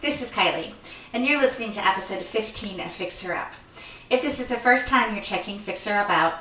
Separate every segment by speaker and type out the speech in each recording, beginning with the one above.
Speaker 1: This is Kylie, and you're listening to episode 15 of Fixer Up. If this is the first time you're checking Fixer Up out,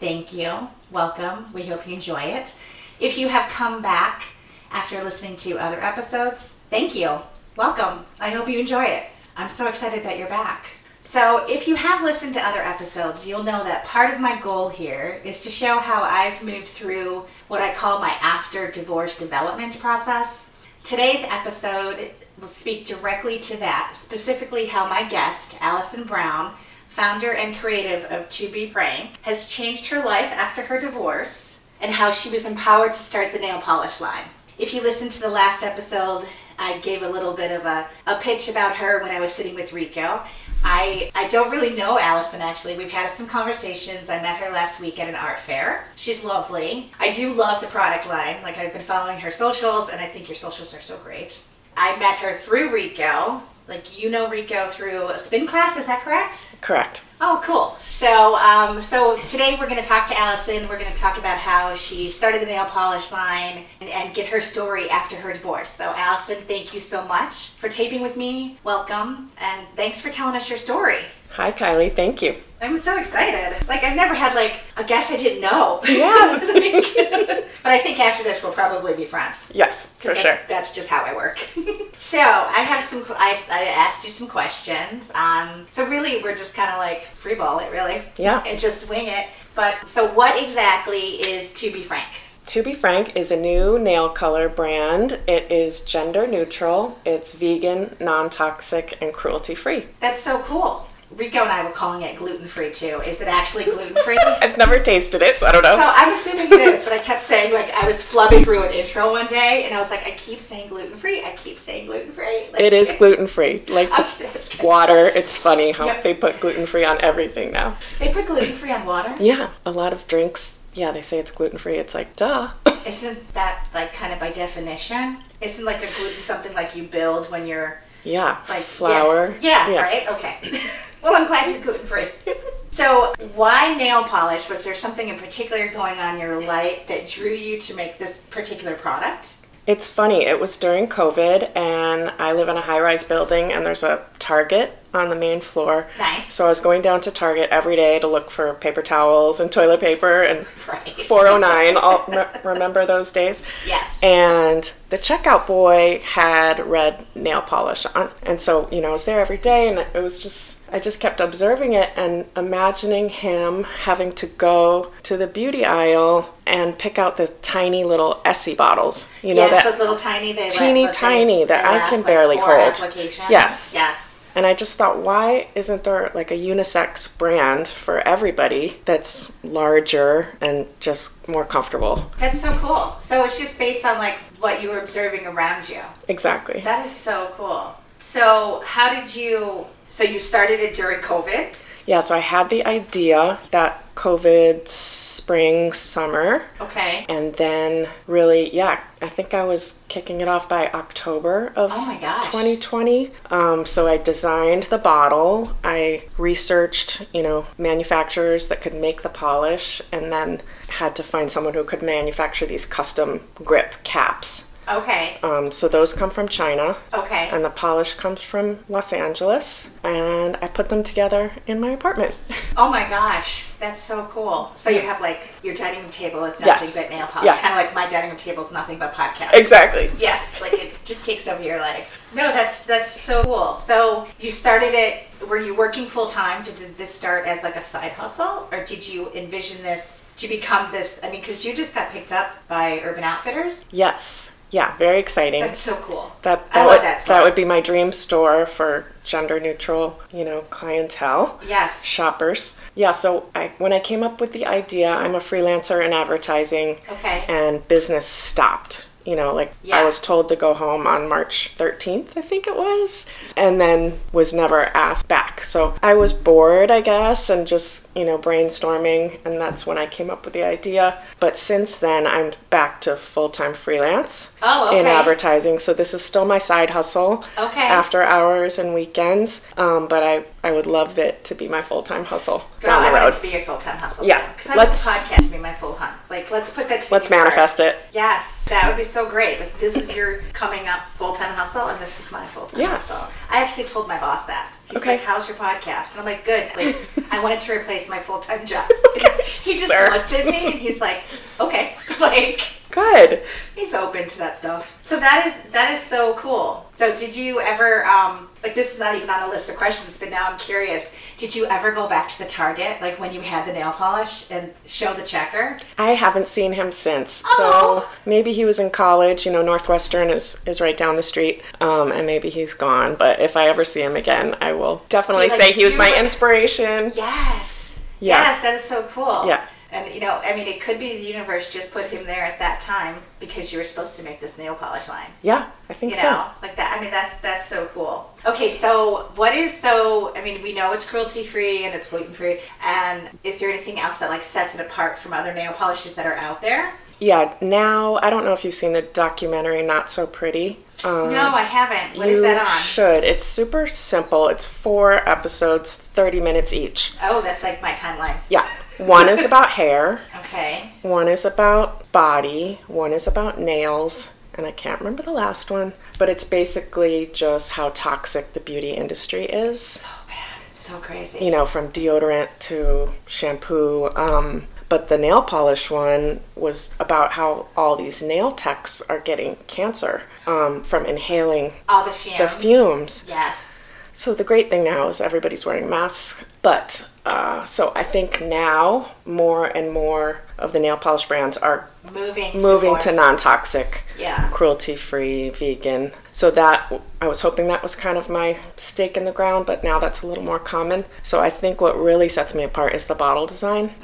Speaker 1: thank you. Welcome. We hope you enjoy it. If you have come back after listening to other episodes, thank you. Welcome. I hope you enjoy it. I'm so excited that you're back. So, if you have listened to other episodes, you'll know that part of my goal here is to show how I've moved through what I call my after divorce development process. Today's episode will speak directly to that, specifically how my guest, Allison Brown, founder and creative of To Be Frank, has changed her life after her divorce and how she was empowered to start the nail polish line. If you listened to the last episode, I gave a little bit of a, a pitch about her when I was sitting with Rico. I, I don't really know Allison actually. We've had some conversations. I met her last week at an art fair. She's lovely. I do love the product line. Like, I've been following her socials, and I think your socials are so great. I met her through Rico. Like, you know Rico through a spin class, is that correct?
Speaker 2: Correct.
Speaker 1: Oh, cool. So, um, so today we're going to talk to Allison. We're going to talk about how she started the nail polish line and, and get her story after her divorce. So, Allison, thank you so much for taping with me. Welcome, and thanks for telling us your story.
Speaker 2: Hi, Kylie. Thank you.
Speaker 1: I'm so excited. Like I've never had like a guest I didn't know.
Speaker 2: Yeah.
Speaker 1: but I think after this we'll probably be friends.
Speaker 2: Yes, for
Speaker 1: 'Cause
Speaker 2: sure.
Speaker 1: that's, That's just how I work. so I have some. qu- I, I asked you some questions. Um, so really, we're just kind of like freeball it, really.
Speaker 2: Yeah.
Speaker 1: And just swing it. But so, what exactly is to be frank?
Speaker 2: To Be Frank is a new nail color brand. It is gender neutral, it's vegan, non toxic, and cruelty free.
Speaker 1: That's so cool. Rico and I were calling it gluten free too. Is it actually gluten free?
Speaker 2: I've never tasted it, so I don't know.
Speaker 1: So I'm assuming it is, but I kept saying like I was flubbing through an intro one day, and I was like, I keep saying gluten free, I keep saying gluten free. Like,
Speaker 2: it is gluten free. Like
Speaker 1: Okay, that's good.
Speaker 2: water, it's funny how
Speaker 1: Yep.
Speaker 2: they put gluten free on everything now.
Speaker 1: They put gluten free on water.
Speaker 2: Yeah, a lot of drinks, yeah, they say it's gluten free. It's like, duh.
Speaker 1: Isn't that like kind of by definition? Isn't like a gluten something like you build when you're
Speaker 2: yeah,
Speaker 1: like
Speaker 2: flour.
Speaker 1: Yeah, yeah. right. Okay. well, I'm glad you're gluten free. So, why nail polish? Was there something in particular going on in your life that drew you to make this particular product?
Speaker 2: It's funny, it was during COVID, and I live in a high rise building, and there's a Target on the main floor.
Speaker 1: Nice.
Speaker 2: So I was going down to Target every day to look for paper towels and toilet paper and
Speaker 1: Right.
Speaker 2: 409. All, re- remember those days?
Speaker 1: Yes.
Speaker 2: And the checkout boy had red nail polish on. And so, you know, I was there every day and it was just, I just kept observing it and imagining him having to go to the beauty aisle and pick out the tiny little Essie bottles. You know,
Speaker 1: yes,
Speaker 2: that,
Speaker 1: those little tiny, they let-
Speaker 2: teeny
Speaker 1: let they-
Speaker 2: tiny that
Speaker 1: they
Speaker 2: I
Speaker 1: last,
Speaker 2: can
Speaker 1: like,
Speaker 2: barely
Speaker 1: four
Speaker 2: hold.
Speaker 1: Applications.
Speaker 2: Yes.
Speaker 1: yes.
Speaker 2: And I just thought, why isn't there like a unisex brand for everybody that's larger and just more comfortable?
Speaker 1: That's so cool. So it's just based on like what you were observing around you.
Speaker 2: Exactly.
Speaker 1: That is so cool. So how did you? So you started it during COVID.
Speaker 2: yeah, so I had the idea that COVID spring, summer,
Speaker 1: Okay.
Speaker 2: and then really, yeah, I think I was kicking it off by October of
Speaker 1: Oh my gosh.
Speaker 2: 2020. Um, so I designed the bottle. I researched, you know, manufacturers that could make the polish, and then had to find someone who could manufacture these custom grip caps.
Speaker 1: Okay.
Speaker 2: Um, so those come from China.
Speaker 1: Okay.
Speaker 2: And the polish comes from Los Angeles, and I put them together in my apartment.
Speaker 1: Oh my gosh, that's so cool. So you have like your dining room table is nothing
Speaker 2: Yes.
Speaker 1: but nail polish.
Speaker 2: Yeah.
Speaker 1: Kind of like my dining room table is nothing but podcast.
Speaker 2: exactly.
Speaker 1: Yes, like it just takes over your life. No, that's that's so cool. So you started it. Were you working full time? Did this start as like a side hustle, or did you envision this to become this? I mean, because you just got picked up by Urban Outfitters.
Speaker 2: Yes. Yeah. Very exciting.
Speaker 1: That's so cool.
Speaker 2: that
Speaker 1: I
Speaker 2: that
Speaker 1: love that
Speaker 2: would, that,
Speaker 1: story.
Speaker 2: would be my dream store for gender neutral, you know, clientele.
Speaker 1: yes.
Speaker 2: shoppers. Yeah, so I, when I came up with the idea, I'm a freelancer in advertising.
Speaker 1: Okay.
Speaker 2: And business stopped. You know, like
Speaker 1: Yeah.
Speaker 2: I was told to go home on March 13th, I think it was, and then was never asked back. So I was bored, I guess, and just, you know, brainstorming, and that's when I came up with the idea. But since then, I'm back to full time freelance
Speaker 1: Oh, okay.
Speaker 2: in advertising. So this is still my side hustle
Speaker 1: Okay.
Speaker 2: after hours and weekends. Um, but I, I would love it to be my full time hustle
Speaker 1: Girl,
Speaker 2: down
Speaker 1: I
Speaker 2: the
Speaker 1: want
Speaker 2: road.
Speaker 1: it to be your full time hustle.
Speaker 2: Yeah,
Speaker 1: Because I want the
Speaker 2: let's-
Speaker 1: podcast to be my full hunt. Like, let's put that. To
Speaker 2: Let's
Speaker 1: the universe.
Speaker 2: manifest it.
Speaker 1: Yes, that would be so great. Like, this is your coming up full time hustle, and this is my full time
Speaker 2: Yes.
Speaker 1: hustle. I actually told my boss that. He's
Speaker 2: Okay.
Speaker 1: like, "How's your podcast?" And I'm like, "Good." Like, I wanted to replace my full time job. he just
Speaker 2: sir.
Speaker 1: looked at me and he's like, "Okay." Like,
Speaker 2: Good.
Speaker 1: he's open to that stuff. So that is that is so cool. So, did you ever um like this is not even on the list of questions, but now I'm curious. Did you ever go back to the Target like when you had the nail polish and show the checker?
Speaker 2: I haven't seen him since.
Speaker 1: Oh.
Speaker 2: So maybe he was in college. You know, Northwestern is, is right down the street, um, and maybe he's gone. But if I ever see him again, I will definitely
Speaker 1: Be like,
Speaker 2: say he was
Speaker 1: "You
Speaker 2: my
Speaker 1: were-"
Speaker 2: inspiration.
Speaker 1: Yes.
Speaker 2: Yeah.
Speaker 1: Yes, that is so cool.
Speaker 2: Yeah.
Speaker 1: And you know, I mean, it could be the universe just put him there at that time because you were supposed to make this nail polish line.
Speaker 2: Yeah, I think
Speaker 1: You
Speaker 2: so.
Speaker 1: know, like that. I mean, that's that's so cool. Okay, so what is so? I mean, we know it's cruelty free and it's gluten free. And is there anything else that like sets it apart from other nail polishes that are out there?
Speaker 2: Yeah, now I don't know if you've seen the documentary Not So Pretty. Um,
Speaker 1: no, I haven't. What
Speaker 2: you
Speaker 1: is that on?
Speaker 2: should. It's super simple. It's four episodes, 30 minutes each.
Speaker 1: oh, that's like my timeline.
Speaker 2: Yeah. One is about hair,
Speaker 1: Okay.
Speaker 2: one is about body, one is about nails, and I can't remember the last one, but it's basically just how toxic the beauty industry is.
Speaker 1: So bad. It's so crazy.
Speaker 2: you know, from deodorant to shampoo. Um, but the nail polish one was about how all these nail techs are getting cancer um, from inhaling
Speaker 1: All Oh, the fumes.
Speaker 2: the fumes.
Speaker 1: Yes.
Speaker 2: So the great thing now is everybody's wearing masks. But uh, so I think now more and more of the nail polish brands are
Speaker 1: Moving.
Speaker 2: moving
Speaker 1: more-
Speaker 2: to non-toxic
Speaker 1: Yeah.
Speaker 2: cruelty-free vegan so that i was hoping that was kind of my stake in the ground but now that's a little more common so i think what really sets me apart is the bottle design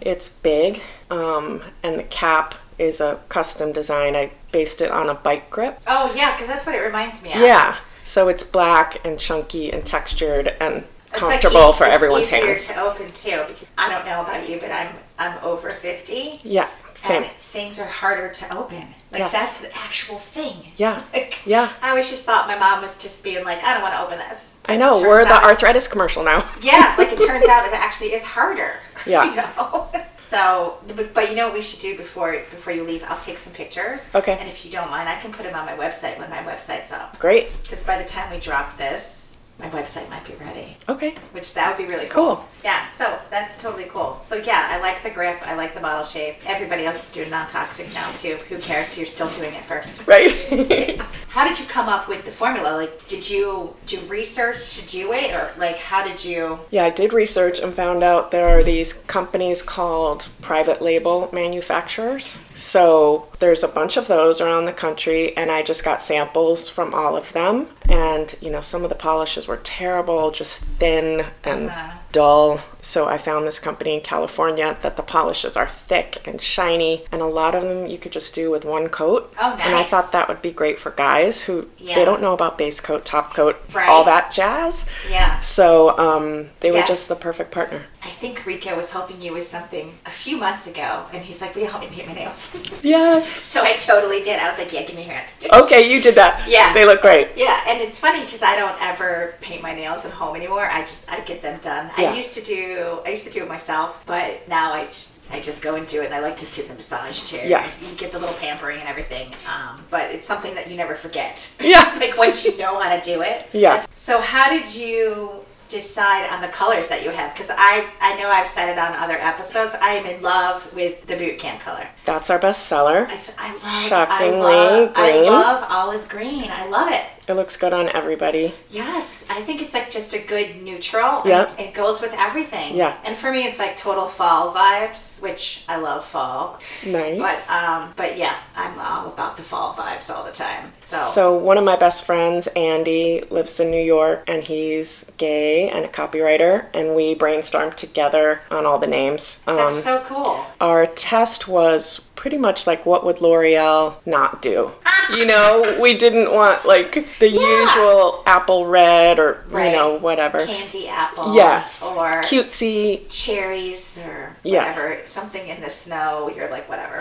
Speaker 2: it's big um, and the cap is a custom design i based it on a bike grip
Speaker 1: Oh yeah, because that's what it reminds me of.
Speaker 2: yeah so it's black and chunky and textured and
Speaker 1: It's like
Speaker 2: comfortable
Speaker 1: eas-
Speaker 2: for
Speaker 1: it's
Speaker 2: everyone's
Speaker 1: easier
Speaker 2: hands
Speaker 1: to open too. Because I don't know about you, but I'm I'm over fifty.
Speaker 2: yeah same
Speaker 1: And things are harder to open. Like
Speaker 2: Yes.
Speaker 1: that's the actual thing.
Speaker 2: Yeah.
Speaker 1: Like,
Speaker 2: Yeah.
Speaker 1: I always just thought my mom was just being like, I don't want to open this.
Speaker 2: i know
Speaker 1: Turns
Speaker 2: we're the
Speaker 1: out it's-
Speaker 2: arthritis commercial now
Speaker 1: Yeah, like it turns out it actually is harder.
Speaker 2: Yeah.
Speaker 1: You know? So, but, but you know what we should do before before you leave? I'll take some pictures.
Speaker 2: Okay.
Speaker 1: And if you don't mind, I can put them on my website when my website's up.
Speaker 2: great
Speaker 1: Because by the time we drop this, my website might be ready
Speaker 2: okay
Speaker 1: which that would be really cool.
Speaker 2: Cool.
Speaker 1: Yeah, so that's totally cool. So yeah, I like the grip, I like the bottle shape. Everybody else is doing non-toxic now too. Who cares? You're still doing it first.
Speaker 2: right
Speaker 1: How did you come up with the formula? Like, did you do research to do it, or like, how did you?
Speaker 2: Yeah, I did research and found out there are these companies called private label manufacturers. So there's a bunch of those around the country, and I just got samples from all of them. And, you know, some of the polishes were terrible, just thin and
Speaker 1: Uh-huh.
Speaker 2: dull. So I found this company in California that the polishes are thick and shiny, and a lot of them you could just do with one coat.
Speaker 1: Oh,
Speaker 2: And I
Speaker 1: nice.
Speaker 2: thought that would be great for guys who
Speaker 1: Yeah.
Speaker 2: they don't know about base coat, top coat,
Speaker 1: Right.
Speaker 2: all that jazz.
Speaker 1: Yeah.
Speaker 2: So um, they
Speaker 1: Yeah.
Speaker 2: were just the perfect partner.
Speaker 1: I think Rico was helping you with something a few months ago, and he's like, "Will you help me paint my nails?"
Speaker 2: Yes.
Speaker 1: so I totally did. I was like, "Yeah, give me your hand."
Speaker 2: Okay, you did that.
Speaker 1: Yeah.
Speaker 2: They look great.
Speaker 1: Yeah, and it's funny because I don't ever paint my nails at home anymore. I just I get them done.
Speaker 2: Yeah.
Speaker 1: I used to do I used to do it myself, but now I j- I just go and do it. And I like to sit in the massage chair.
Speaker 2: Yes.
Speaker 1: and get the little pampering and everything. Um, but it's something that you never forget.
Speaker 2: Yeah.
Speaker 1: like once you know how to do it.
Speaker 2: Yeah.
Speaker 1: So how did you decide on the colors that you have? Because I I know I've said it on other episodes. I am in love with the boot camp color.
Speaker 2: That's our best seller.
Speaker 1: It's, I love
Speaker 2: Shockingly
Speaker 1: I love, I
Speaker 2: green.
Speaker 1: love olive green. I love it.
Speaker 2: It looks good on everybody.
Speaker 1: Yes, I think it's like just a good neutral. and
Speaker 2: Yeah.
Speaker 1: It goes with everything.
Speaker 2: Yeah.
Speaker 1: And for me, it's like total fall vibes, which I love fall.
Speaker 2: Nice.
Speaker 1: But um, but yeah, I'm all about the fall vibes all the time. So.
Speaker 2: So one of my best friends, Andy, lives in New York and he's gay and a copywriter and we brainstormed together on all the names. Um,
Speaker 1: that's so cool.
Speaker 2: our test was pretty much like what would L'Oreal not do? you know, we didn't want like the usual apple red or
Speaker 1: Right.
Speaker 2: you know whatever.
Speaker 1: Candy apple.
Speaker 2: Yes.
Speaker 1: Or
Speaker 2: cutesy.
Speaker 1: cherries or
Speaker 2: Yeah.
Speaker 1: whatever. Something in the snow. You're like, whatever.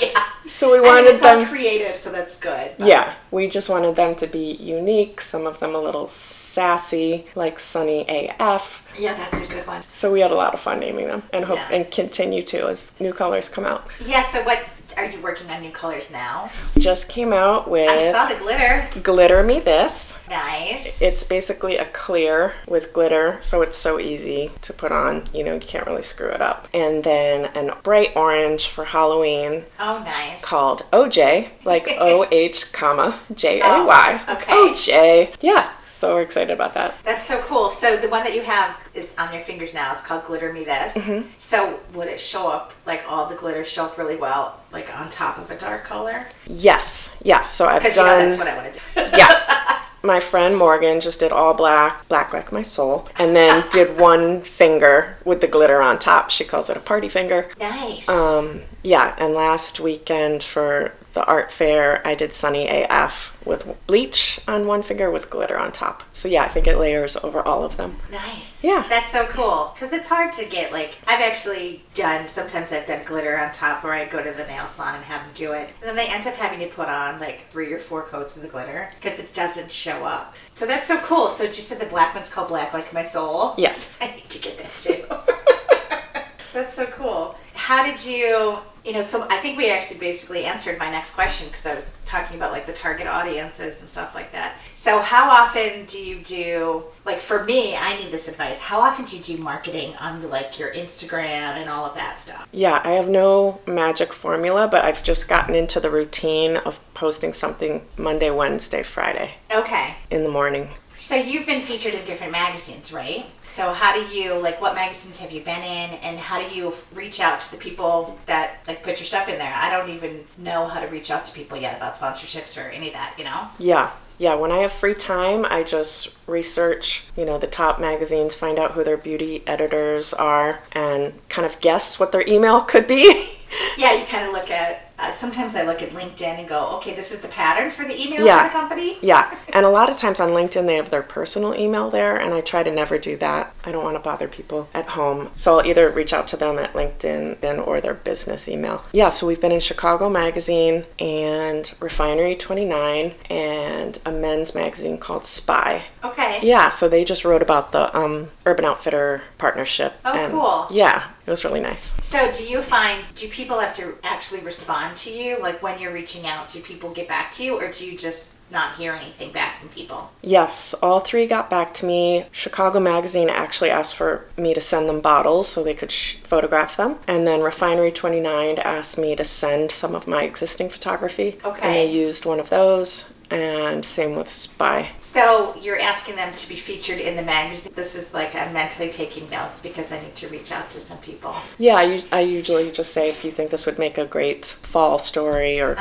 Speaker 1: yeah.
Speaker 2: So we
Speaker 1: I mean,
Speaker 2: wanted
Speaker 1: it's
Speaker 2: them.
Speaker 1: all creative, so that's good. but-
Speaker 2: yeah, we just wanted them to be unique, some of them a little sassy, like Sunny AF.
Speaker 1: Yeah, that's a good one.
Speaker 2: So we had a lot of fun naming them and hope
Speaker 1: Yeah.
Speaker 2: and continue to as new colors come out.
Speaker 1: Yeah, so what are you working on new colors now?
Speaker 2: Just came out
Speaker 1: I
Speaker 2: with
Speaker 1: saw the glitter.
Speaker 2: Glitter Me This.
Speaker 1: Nice.
Speaker 2: It's basically a clear with glitter, so it's so easy to put on. You know, you can't really screw it up. And then an bright orange for Halloween
Speaker 1: oh nice.
Speaker 2: called OJ, like O H comma J A Y.
Speaker 1: Oh, okay.
Speaker 2: OJ. Yeah, so we're excited about that.
Speaker 1: That's so cool. So the one that you have is on your fingers now is called Glitter Me This.
Speaker 2: Mm-hmm.
Speaker 1: So would it show up like all the glitter show up really well, like on top of a dark color?
Speaker 2: Yes, yeah. So I've
Speaker 1: Because you know
Speaker 2: done.
Speaker 1: that's what I want to do.
Speaker 2: yeah. My friend Morgan just did all black, black like my soul, and then did one finger with the glitter on top. She calls it a party finger.
Speaker 1: nice.
Speaker 2: Um, yeah, and last weekend for the art fair, I did Sunny AF with bleach on one finger with glitter on top. So yeah, I think it layers over all of them.
Speaker 1: Nice.
Speaker 2: Yeah.
Speaker 1: That's so cool. Because it's hard to get, like, I've actually done, sometimes I've done glitter on top where I go to the nail salon and have them do it. And then they end up having to put on, like, three or four coats of the glitter because it doesn't show up. So that's so cool. So you said the black one's called Black Like My Soul?
Speaker 2: Yes.
Speaker 1: I need to get that too. That's so cool. How did you, you know, so I think we actually basically answered my next question because I was talking about like the target audiences and stuff like that. So, how often do you do, like for me, I need this advice. How often do you do marketing on like your Instagram and all of that stuff?
Speaker 2: Yeah, I have no magic formula, but I've just gotten into the routine of posting something Monday, Wednesday, Friday
Speaker 1: Okay.
Speaker 2: in the morning.
Speaker 1: So, you've been featured in different magazines, right? So, how do you, like, what magazines have you been in and how do you reach out to the people that, like, put your stuff in there? I don't even know how to reach out to people yet about sponsorships or any of that, you know?
Speaker 2: Yeah. Yeah, when I have free time, I just research, you know, the top magazines, find out who their beauty editors are, and kind of guess what their email could be.
Speaker 1: Yeah, you kind of look at, uh, sometimes I look at LinkedIn and go, okay, this is the pattern for the email
Speaker 2: Yeah.
Speaker 1: for the company?
Speaker 2: Yeah, and a lot of times on LinkedIn they have their personal email there, and I try to never do that. I don't want to bother people at home, so I'll either reach out to them at LinkedIn then or their business email. Yeah, so we've been in Chicago Magazine and Refinery 29 and a men's magazine called Spy.
Speaker 1: Okay.
Speaker 2: Yeah, so they just wrote about the um, Urban Outfitter partnership.
Speaker 1: Oh, cool.
Speaker 2: Yeah, it was really nice.
Speaker 1: So, do you find, do people have to actually respond to you? Like, when you're reaching out, do people get back to you or do you just not hear anything back from people?
Speaker 2: Yes, all three got back to me. Chicago Magazine actually asked for me to send them bottles so they could sh- photograph them. And then Refinery 29 asked me to send some of my existing photography.
Speaker 1: Okay.
Speaker 2: And they used one of those. And same with Spy.
Speaker 1: So you're asking them to be featured in the magazine. This is like I'm mentally taking notes because I need to reach out to some people.
Speaker 2: Yeah, I, u- I usually just say if you think this would make a great fall story or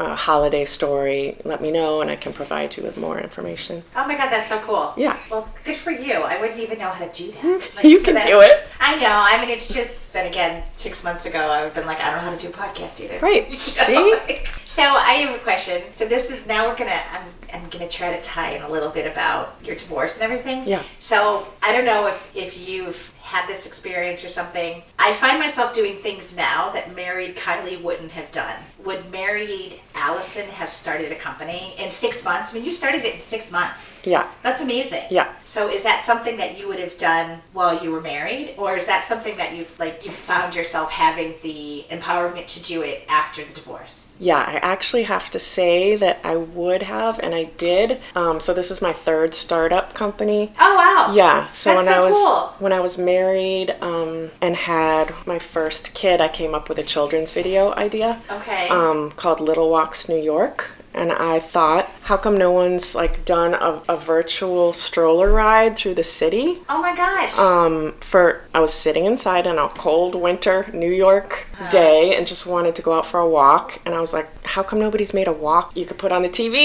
Speaker 2: a holiday story, let me know and I can provide you with more information.
Speaker 1: Oh my god, that's so cool.
Speaker 2: Yeah.
Speaker 1: Well, good for you. I wouldn't even know how to do that.
Speaker 2: You can do
Speaker 1: that's-
Speaker 2: it.
Speaker 1: I know. I mean, it's just then again, six months ago, I would have been like, I don't know how to do a podcast either.
Speaker 2: Right.
Speaker 1: You know,
Speaker 2: See?
Speaker 1: like- so I have a question. So this is now we're gonna. I'm I'm gonna try to tie in a little bit about your divorce and everything.
Speaker 2: Yeah.
Speaker 1: So I don't know if, if you've had this experience or something. I find myself doing things now that married Kylie wouldn't have done. Would married Allison have started a company in six months? I mean, you started it in six months.
Speaker 2: Yeah.
Speaker 1: That's amazing.
Speaker 2: Yeah.
Speaker 1: So is that something that you would have done while you were married, or is that something that you've like you found yourself having the empowerment to do it after the divorce?
Speaker 2: Yeah, I actually have to say that I would have, and I did. Um, so this is my third startup company.
Speaker 1: Oh wow.
Speaker 2: Yeah, so
Speaker 1: That's
Speaker 2: when
Speaker 1: so
Speaker 2: I was
Speaker 1: cool.
Speaker 2: when I was married um, and had my first kid, I came up with a children's video idea
Speaker 1: Okay.
Speaker 2: um, called Little Walks New York. And I thought, how come no one's like done a, a virtual stroller ride through the city?
Speaker 1: oh my gosh.
Speaker 2: um, for I was sitting inside on a cold winter New York day and just wanted to go out for a walk. And I was like, how come nobody's made a walk you could put on the TV?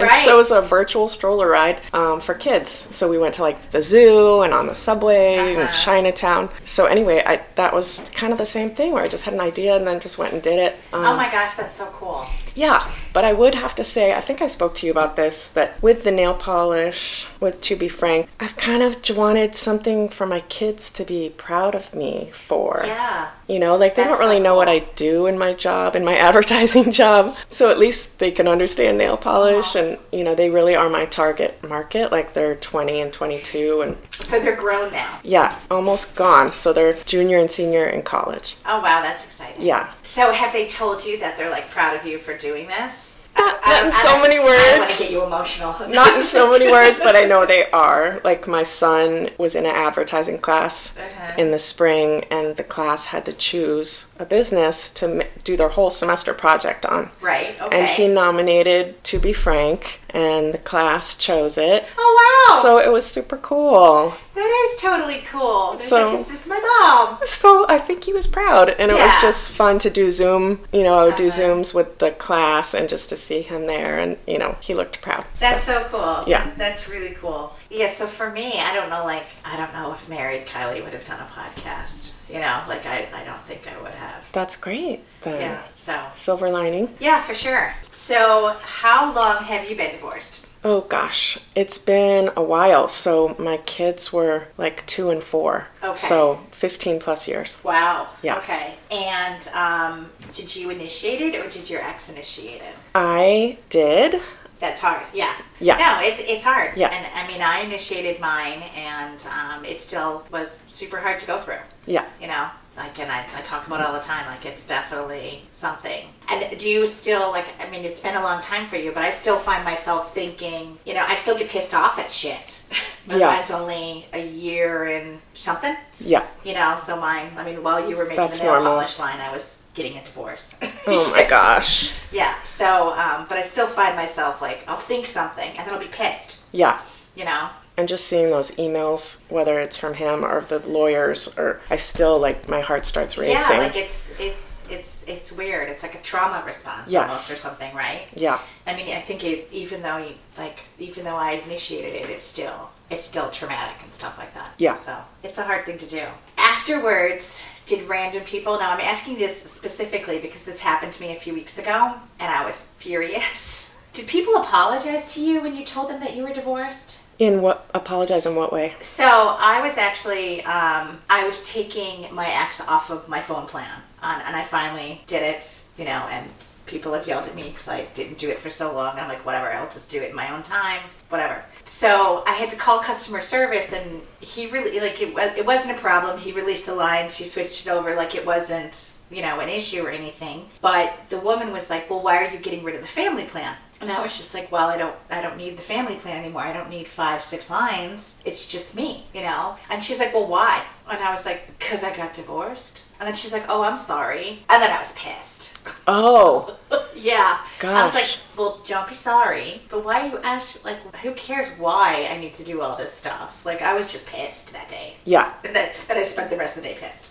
Speaker 2: And
Speaker 1: Right.
Speaker 2: so it was a virtual stroller ride um, for kids. So we went to like the zoo and on the subway and Chinatown. So anyway, I, that was kind of the same thing where I just had an idea and then just went and did it. Um,
Speaker 1: oh my gosh, that's so cool.
Speaker 2: yeah, But I would have to say, I think I spoke to you about this, that with the nail polish, with To Be Frank, I've kind of wanted something for my kids to be proud of me for.
Speaker 1: Yeah.
Speaker 2: You know, like they
Speaker 1: That's
Speaker 2: don't really
Speaker 1: so
Speaker 2: know what I do in my job, in my advertising job. So at least they can understand nail polish
Speaker 1: Uh-huh.
Speaker 2: and, you know, they really are my target market. Like they're 20 and 22 and,
Speaker 1: So they're grown now.
Speaker 2: yeah, almost gone. So they're junior and senior in college.
Speaker 1: Oh wow, that's exciting.
Speaker 2: Yeah.
Speaker 1: So have they told you that they're like proud of you for doing this?
Speaker 2: Not- not in so many
Speaker 1: I want
Speaker 2: words.
Speaker 1: to get you emotional.
Speaker 2: Not in so many words, but I know they are. Like my son was in an advertising class
Speaker 1: Uh-huh.
Speaker 2: in the spring and the class had to choose a business to m- do their whole semester project on.
Speaker 1: right. Okay.
Speaker 2: and he nominated to be frank and the class chose it
Speaker 1: oh wow.
Speaker 2: so it was super cool
Speaker 1: that is totally cool. It's
Speaker 2: So-
Speaker 1: like, this is my mom.
Speaker 2: so i think he was proud and it
Speaker 1: Yeah. Uh-huh.
Speaker 2: was just fun to do zoom you know i would do zooms with the class and just to see him there and you know he looked proud
Speaker 1: That's so cool.
Speaker 2: Yeah.
Speaker 1: That's really cool. Yeah, so for me, I don't know, like, I don't know if married Kylie would have done a podcast. You know, like, I, I don't think I would have.
Speaker 2: that's great then
Speaker 1: Yeah, so.
Speaker 2: silver lining
Speaker 1: Yeah, for sure. So, how long have you been divorced?
Speaker 2: oh gosh it's been a while so my kids were like two and four
Speaker 1: Okay.
Speaker 2: so 15 plus years
Speaker 1: Wow.
Speaker 2: Yeah.
Speaker 1: Okay. And um, did you initiate it or did your ex initiate it?
Speaker 2: i did
Speaker 1: That's hard. Yeah.
Speaker 2: Yeah.
Speaker 1: No, it's it's hard.
Speaker 2: Yeah.
Speaker 1: And I mean, I initiated mine, and um, it still was super hard to go through.
Speaker 2: yeah
Speaker 1: You know, like, and I, I talk about it all the time. Like, it's definitely something. And do you still like? I mean, it's been a long time for you, but I still find myself thinking. You know, I still get pissed off at shit. But
Speaker 2: Yeah.
Speaker 1: Mine's only a year and something.
Speaker 2: yeah
Speaker 1: You know, so mine. I mean, while you were making
Speaker 2: That's
Speaker 1: the nail
Speaker 2: normal.
Speaker 1: polish line, I was getting a divorce.
Speaker 2: oh my gosh
Speaker 1: Yeah. So, um, but I still find myself like I'll think something and then I'll be pissed.
Speaker 2: yeah
Speaker 1: You know.
Speaker 2: and just seeing those emails, whether it's from him or the lawyers, or I still like my heart starts racing.
Speaker 1: Yeah. Like it's it's it's it's weird. It's like a trauma response
Speaker 2: Yes.
Speaker 1: almost or something, right?
Speaker 2: yeah,
Speaker 1: I mean, I think it, even though you, like even though I initiated it, it's still it's still traumatic and stuff like that.
Speaker 2: Yeah.
Speaker 1: So it's a hard thing to do. Afterwards, did random people? Now I'm asking this specifically because this happened to me a few weeks ago, and I was furious. Did people apologize to you when you told them that you were divorced?
Speaker 2: in what apologize in what way?
Speaker 1: So I was actually um, I was taking my ex off of my phone plan, on, and I finally did it. You know, and people have yelled at me because I didn't do it for so long. I'm like, whatever, I'll just do it in my own time, whatever. So I had to call customer service, and he really like it. Was, it wasn't a problem. He released the lines. He switched it over. Like it wasn't you know an issue or anything. But the woman was like, well, why are you getting rid of the family plan? And I was just like, well, I don't, I don't need the family plan anymore. I don't need five, six lines. It's just me, you know. And she's like, well, why? And I was like, cause I got divorced. And then she's like, oh, I'm sorry. And then I was pissed.
Speaker 2: Oh,
Speaker 1: yeah. I was
Speaker 2: Gosh.
Speaker 1: like, well, don't be sorry. But why are you ask? Like, who cares why I need to do all this stuff? Like, I was just pissed that day.
Speaker 2: yeah,
Speaker 1: And then, then I spent the rest of the day pissed.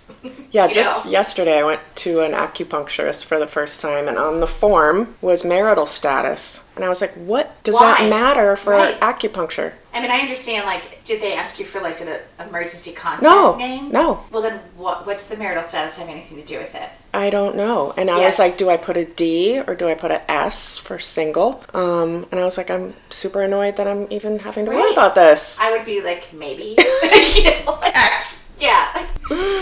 Speaker 2: yeah.
Speaker 1: You
Speaker 2: just
Speaker 1: know.
Speaker 2: yesterday, I went to an acupuncturist for the first time, and on the form was marital status, and I was like, "What does
Speaker 1: Why?
Speaker 2: that matter for
Speaker 1: Right.
Speaker 2: acupuncture?"
Speaker 1: I mean, I understand. Like, did they ask you for like an uh, emergency contact
Speaker 2: No,
Speaker 1: name?
Speaker 2: no.
Speaker 1: Well, then, what? What's the marital status have anything to do with it?
Speaker 2: I don't know. And I
Speaker 1: Yes.
Speaker 2: was like, do I put a D or do I put a S for single? Um, and I was like, I'm super annoyed that I'm even having to
Speaker 1: Right.
Speaker 2: worry about this.
Speaker 1: I would be like, maybe. you know, like, yeah.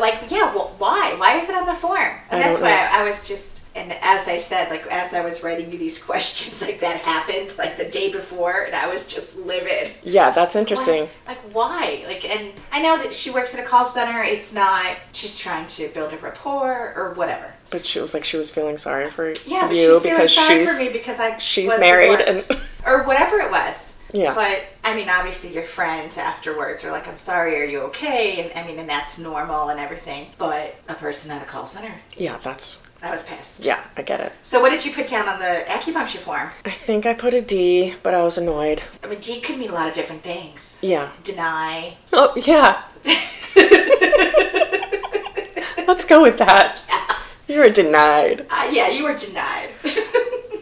Speaker 1: Like, yeah, well, why? Why is it on the form? And
Speaker 2: I
Speaker 1: that's
Speaker 2: don't
Speaker 1: why
Speaker 2: know.
Speaker 1: I, I was just, and as I said, like, as I was writing you these questions, like, that happened, like, the day before, and I was just livid.
Speaker 2: Yeah, that's interesting.
Speaker 1: Like, why? Like, and I know that she works at a call center. It's not, she's trying to build a rapport or whatever.
Speaker 2: But she was like, she was feeling sorry for
Speaker 1: Yeah, but
Speaker 2: you
Speaker 1: she's feeling
Speaker 2: because
Speaker 1: sorry
Speaker 2: she's
Speaker 1: for me because I
Speaker 2: she's
Speaker 1: was
Speaker 2: married
Speaker 1: divorced.
Speaker 2: and-
Speaker 1: or whatever it was.
Speaker 2: Yeah.
Speaker 1: But I mean, obviously, your friends afterwards are like, "I'm sorry, are you okay?" And I mean, and that's normal and everything. But a person at a call center,
Speaker 2: yeah, that's
Speaker 1: I was pissed.
Speaker 2: yeah, I get it.
Speaker 1: So, what did you put down on the acupuncture form?
Speaker 2: I think I put a D, but I was annoyed.
Speaker 1: I mean, D could mean a lot of different things.
Speaker 2: Yeah.
Speaker 1: Deny.
Speaker 2: Oh yeah. let's go with that. You were denied.
Speaker 1: Uh, yeah, you were denied.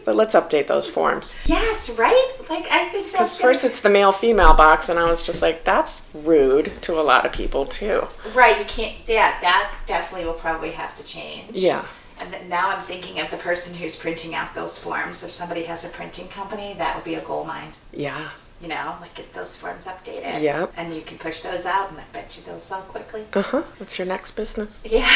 Speaker 2: But let's update those forms.
Speaker 1: yes, right? Like I think that's
Speaker 2: Because first
Speaker 1: gonna-
Speaker 2: it's the male female box, and I was just like, that's rude to a lot of people, too.
Speaker 1: right. You can't. Yeah, that definitely will probably have to change.
Speaker 2: Yeah.
Speaker 1: And then now I'm thinking of the person who's printing out those forms. If somebody has a printing company, that would be a gold mine.
Speaker 2: Yeah.
Speaker 1: You know, like get those forms updated.
Speaker 2: Yep.
Speaker 1: And you can push those out, and I bet you they'll sell quickly.
Speaker 2: Uh huh. That's your next business.
Speaker 1: Yeah.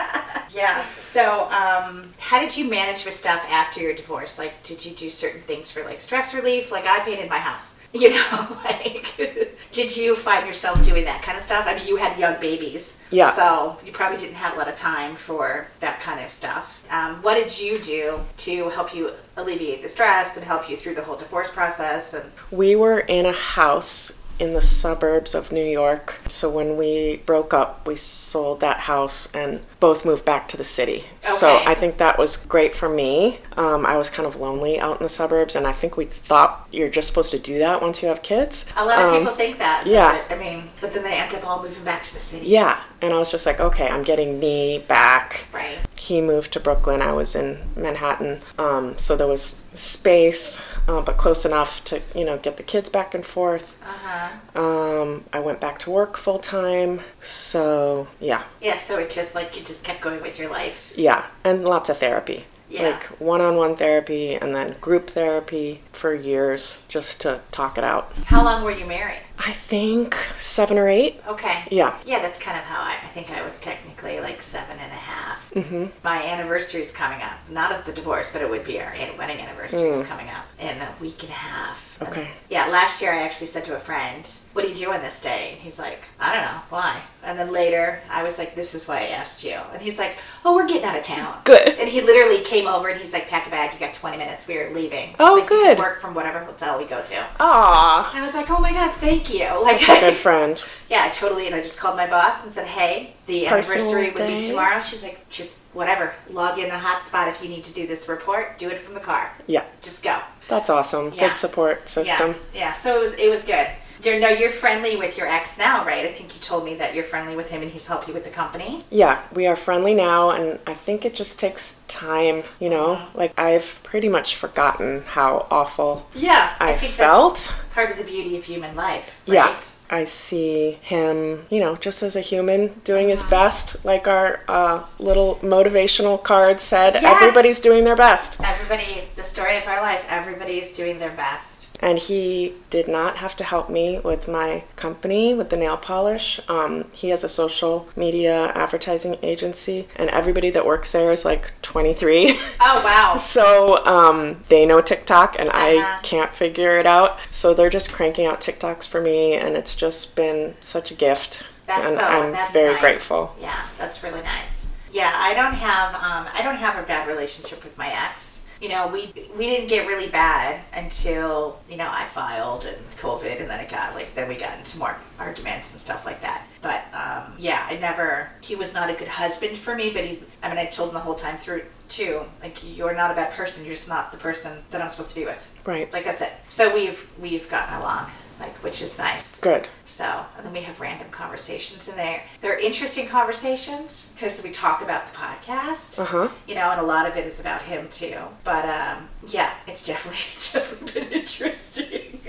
Speaker 1: yeah. So, um, how did you manage with stuff after your divorce? Like, did you do certain things for like stress relief? Like, I painted my house. You know, like, did you find yourself doing that kind of stuff? I mean, you had young babies.
Speaker 2: Yeah.
Speaker 1: So you probably didn't have a lot of time for that kind of stuff. Um, what did you do to help you alleviate the stress and help you through the whole divorce process? And
Speaker 2: We were in a house in the suburbs of New York. So when we broke up, we sold that house and both moved back to the city. So
Speaker 1: Okay.
Speaker 2: I think that was great for me. Um, I was kind of lonely out in the suburbs, and I think we thought you're just supposed to do that once you have kids.
Speaker 1: a lot of
Speaker 2: Um,
Speaker 1: people think that.
Speaker 2: yeah.
Speaker 1: but, I mean, but then they end up all moving back to the city.
Speaker 2: Yeah. And I was just like, okay, I'm getting me back.
Speaker 1: Right.
Speaker 2: He moved to Brooklyn. I was in Manhattan. Um, so there was space, uh, but close enough to, you know, get the kids back and forth.
Speaker 1: Uh-huh.
Speaker 2: Um, I went back to work full time. So, yeah.
Speaker 1: Yeah, so it just like you just kept going with your life.
Speaker 2: Yeah. And lots of therapy.
Speaker 1: Yeah.
Speaker 2: Like one on one therapy and then group therapy for years just to talk it out.
Speaker 1: How long were you married?
Speaker 2: I think seven or eight.
Speaker 1: Okay.
Speaker 2: Yeah.
Speaker 1: Yeah, that's kind of how I, I think I was technically like seven and a half. Mm-hmm. My anniversary is coming up. Not of the divorce, but it would be our an- wedding anniversary
Speaker 2: Mm.
Speaker 1: is coming up in a week and a half. And,
Speaker 2: Okay.
Speaker 1: yeah, last year I actually said to a friend, What are you doing this day? And he's like, I don't know, why? And then later I was like, This is why I asked you. And he's like, Oh, we're getting out of town.
Speaker 2: Good.
Speaker 1: And he literally came over and he's like, Pack a bag, you got 20 minutes, we're leaving. He's
Speaker 2: Oh,
Speaker 1: like, "You can
Speaker 2: good.
Speaker 1: work from whatever hotel we go to.
Speaker 2: Aw.
Speaker 1: I was like, oh my god, thank you. Like,
Speaker 2: Good friend.
Speaker 1: yeah, I totally. And I just called my boss and said, hey, the
Speaker 2: Personal
Speaker 1: anniversary would be
Speaker 2: day.
Speaker 1: tomorrow. She's like, just whatever. Log in the hotspot if you need to do this report. Do it from the car.
Speaker 2: Yeah.
Speaker 1: Just go.
Speaker 2: That's awesome.
Speaker 1: Yeah.
Speaker 2: Good support system.
Speaker 1: Yeah, yeah. So it was it was good. You're, no, you're friendly with your ex now, right? I think you told me that you're friendly with him and he's helped you with the company.
Speaker 2: Yeah, we are friendly now, and I think it just takes time, you know? Like, I've pretty much forgotten how awful
Speaker 1: Yeah,
Speaker 2: I,
Speaker 1: think
Speaker 2: felt.
Speaker 1: that's part of the beauty of human life. Right?
Speaker 2: Yeah. I see him, you know, just as a human doing his best, like our uh, little motivational card said
Speaker 1: Yes.
Speaker 2: everybody's doing their best.
Speaker 1: Everybody, the story of our life. Everybody is doing their best.
Speaker 2: And he did not have to help me with my company, with the nail polish. Um, he has a social media advertising agency, and everybody that works there is like 23.
Speaker 1: Oh wow.
Speaker 2: So um, they know TikTok, and
Speaker 1: Uh-huh.
Speaker 2: I can't figure it out. So they're just cranking out TikToks for me, and it's just been such a gift.
Speaker 1: That's
Speaker 2: and
Speaker 1: so.
Speaker 2: I'm
Speaker 1: that's
Speaker 2: very
Speaker 1: nice.
Speaker 2: grateful.
Speaker 1: Yeah, that's really nice. Yeah, I don't have um, I don't have a bad relationship with my ex. You know, we we didn't get really bad until you know I filed and COVID, and then it got like then we got into more arguments and stuff like that. But um, yeah, I never. He was not a good husband for me, but he. I mean, I told him the whole time through too. Like you're not a bad person. You're just not the person that I'm supposed to be with.
Speaker 2: Right.
Speaker 1: Like that's it. So we've we've gotten along, like which is nice.
Speaker 2: Good.
Speaker 1: So, and then we have random conversations in there. They're interesting conversations because we talk about the podcast,
Speaker 2: Uh-huh.
Speaker 1: you know, and a lot of it is about him too. But um, yeah, it's definitely it's definitely been interesting.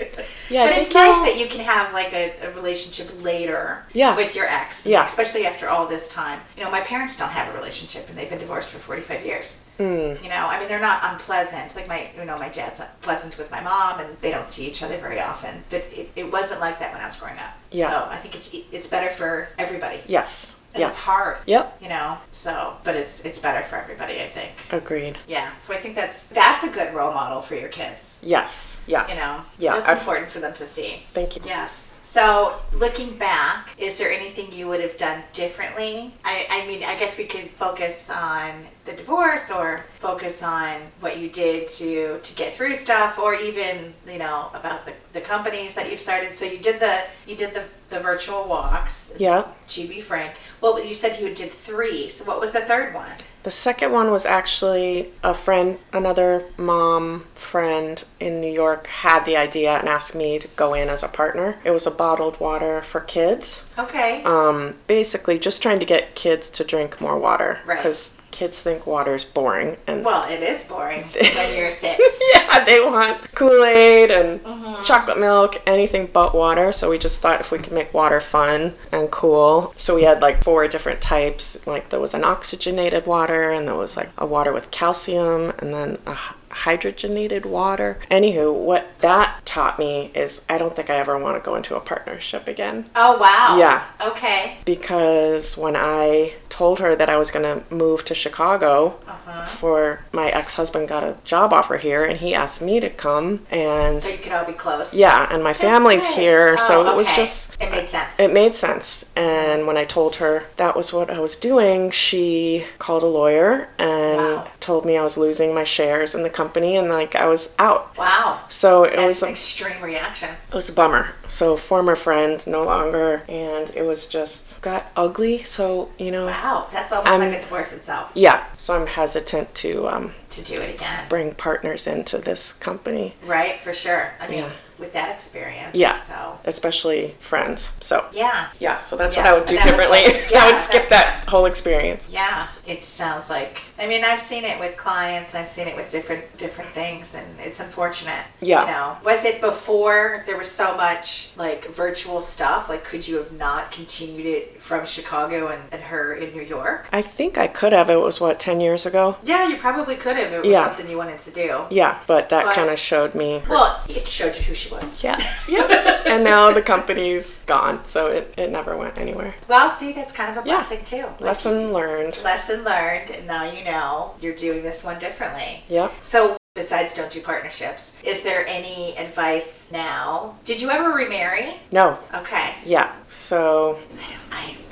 Speaker 2: Yeah, I
Speaker 1: but it's
Speaker 2: think
Speaker 1: nice
Speaker 2: you'll-
Speaker 1: that you can have like a, a relationship later
Speaker 2: Yeah.
Speaker 1: with your ex,
Speaker 2: Yeah.
Speaker 1: especially after all this time. You know, my parents don't have a relationship, and they've been divorced for forty five years. You know, I mean, they're not unpleasant. Like my, you know, my dad's pleasant with my mom, and they don't see each other very often. But it, it wasn't like that when I was growing up.
Speaker 2: Yeah.
Speaker 1: So I think it's it's better for everybody.
Speaker 2: Yes.
Speaker 1: And
Speaker 2: Yeah.
Speaker 1: It's hard.
Speaker 2: Yep.
Speaker 1: You know. So, but it's it's better for everybody. I think.
Speaker 2: Agreed.
Speaker 1: Yeah. So I think that's that's a good role model for your kids.
Speaker 2: Yes. Yeah.
Speaker 1: You know.
Speaker 2: Yeah,
Speaker 1: That's
Speaker 2: I've-
Speaker 1: important for them to see.
Speaker 2: Thank you.
Speaker 1: Yes. So looking back, is there anything you would have done differently? I, I mean, I guess we could focus on the divorce or focus on what you did to, to get through stuff or even, you know, about the, the companies that you've started. So you did the, you did the, the virtual walks,
Speaker 2: Yeah.
Speaker 1: GB Frank. Well, you said you did three. So what was the third one?
Speaker 2: The second one was actually a friend, another mom friend in New York had the idea and asked me to go in as a partner. It was a bottled water for kids.
Speaker 1: Okay.
Speaker 2: um, basically just trying to get kids to drink more water
Speaker 1: Right.
Speaker 2: because kids think water is boring and
Speaker 1: Well, it is boring when you're six.
Speaker 2: yeah, they want Kool Aid and chocolate milk, anything but water. So we just thought if we could make water fun and cool. So we had like four different types. Like there was an oxygenated water, and there was like a water with calcium, and then a hy- hydrogenated water. Anywho, what that taught me is I don't think I ever want to go into a partnership again
Speaker 1: Oh wow.
Speaker 2: Yeah.
Speaker 1: Okay.
Speaker 2: because when I told her that I was going to move to Chicago
Speaker 1: Uh-huh.
Speaker 2: for my ex-husband got a job offer here and he asked me to come and
Speaker 1: So you could all be close.
Speaker 2: yeah, and my family's
Speaker 1: great.
Speaker 2: here, so
Speaker 1: Oh,
Speaker 2: it was
Speaker 1: okay.
Speaker 2: just
Speaker 1: It made sense.
Speaker 2: it made sense. And when I told her that was what I was doing, she called a lawyer and
Speaker 1: Wow.
Speaker 2: told me I was losing my shares in the company and like I was out.
Speaker 1: Wow.
Speaker 2: So it
Speaker 1: That's
Speaker 2: was
Speaker 1: an extreme reaction.
Speaker 2: it was a bummer. So former friend, no longer, and it was just got ugly. So you know,
Speaker 1: Wow. That's almost like a divorce itself
Speaker 2: yeah. So I'm hesitant to um,
Speaker 1: to do it again.
Speaker 2: bring partners into this company,
Speaker 1: Right, for sure. I mean,
Speaker 2: Yeah.
Speaker 1: with that experience.
Speaker 2: Yeah.
Speaker 1: So
Speaker 2: especially friends. So
Speaker 1: yeah.
Speaker 2: yeah. So that's
Speaker 1: Yeah,
Speaker 2: what I would do
Speaker 1: but that's-
Speaker 2: differently.
Speaker 1: yeah,
Speaker 2: I would skip
Speaker 1: that's-
Speaker 2: that whole experience.
Speaker 1: Yeah, it sounds like. I mean, I've seen it with clients. I've seen it with different different things, and it's unfortunate.
Speaker 2: Yeah.
Speaker 1: You know, was it before there was so much like virtual stuff? Like, could you have not continued it from Chicago and, and her in New York?
Speaker 2: I think I could have. It was what ten years ago.
Speaker 1: Yeah, you probably could have. If it was
Speaker 2: Yeah.
Speaker 1: something you wanted to do.
Speaker 2: Yeah, but that
Speaker 1: But-
Speaker 2: kind of showed me. her-
Speaker 1: Well, it showed you who she was.
Speaker 2: yeah, yeah. and now the company's gone, so it, it never went anywhere.
Speaker 1: Well, see, that's kind of a
Speaker 2: Yeah.
Speaker 1: blessing too. Like,
Speaker 2: Lesson learned.
Speaker 1: lesson learned. And now you know you're doing this one differently.
Speaker 2: Yeah.
Speaker 1: So, besides don't do partnerships, is there any advice now? Did you ever remarry?
Speaker 2: No.
Speaker 1: Okay.
Speaker 2: Yeah. So
Speaker 1: I, don't,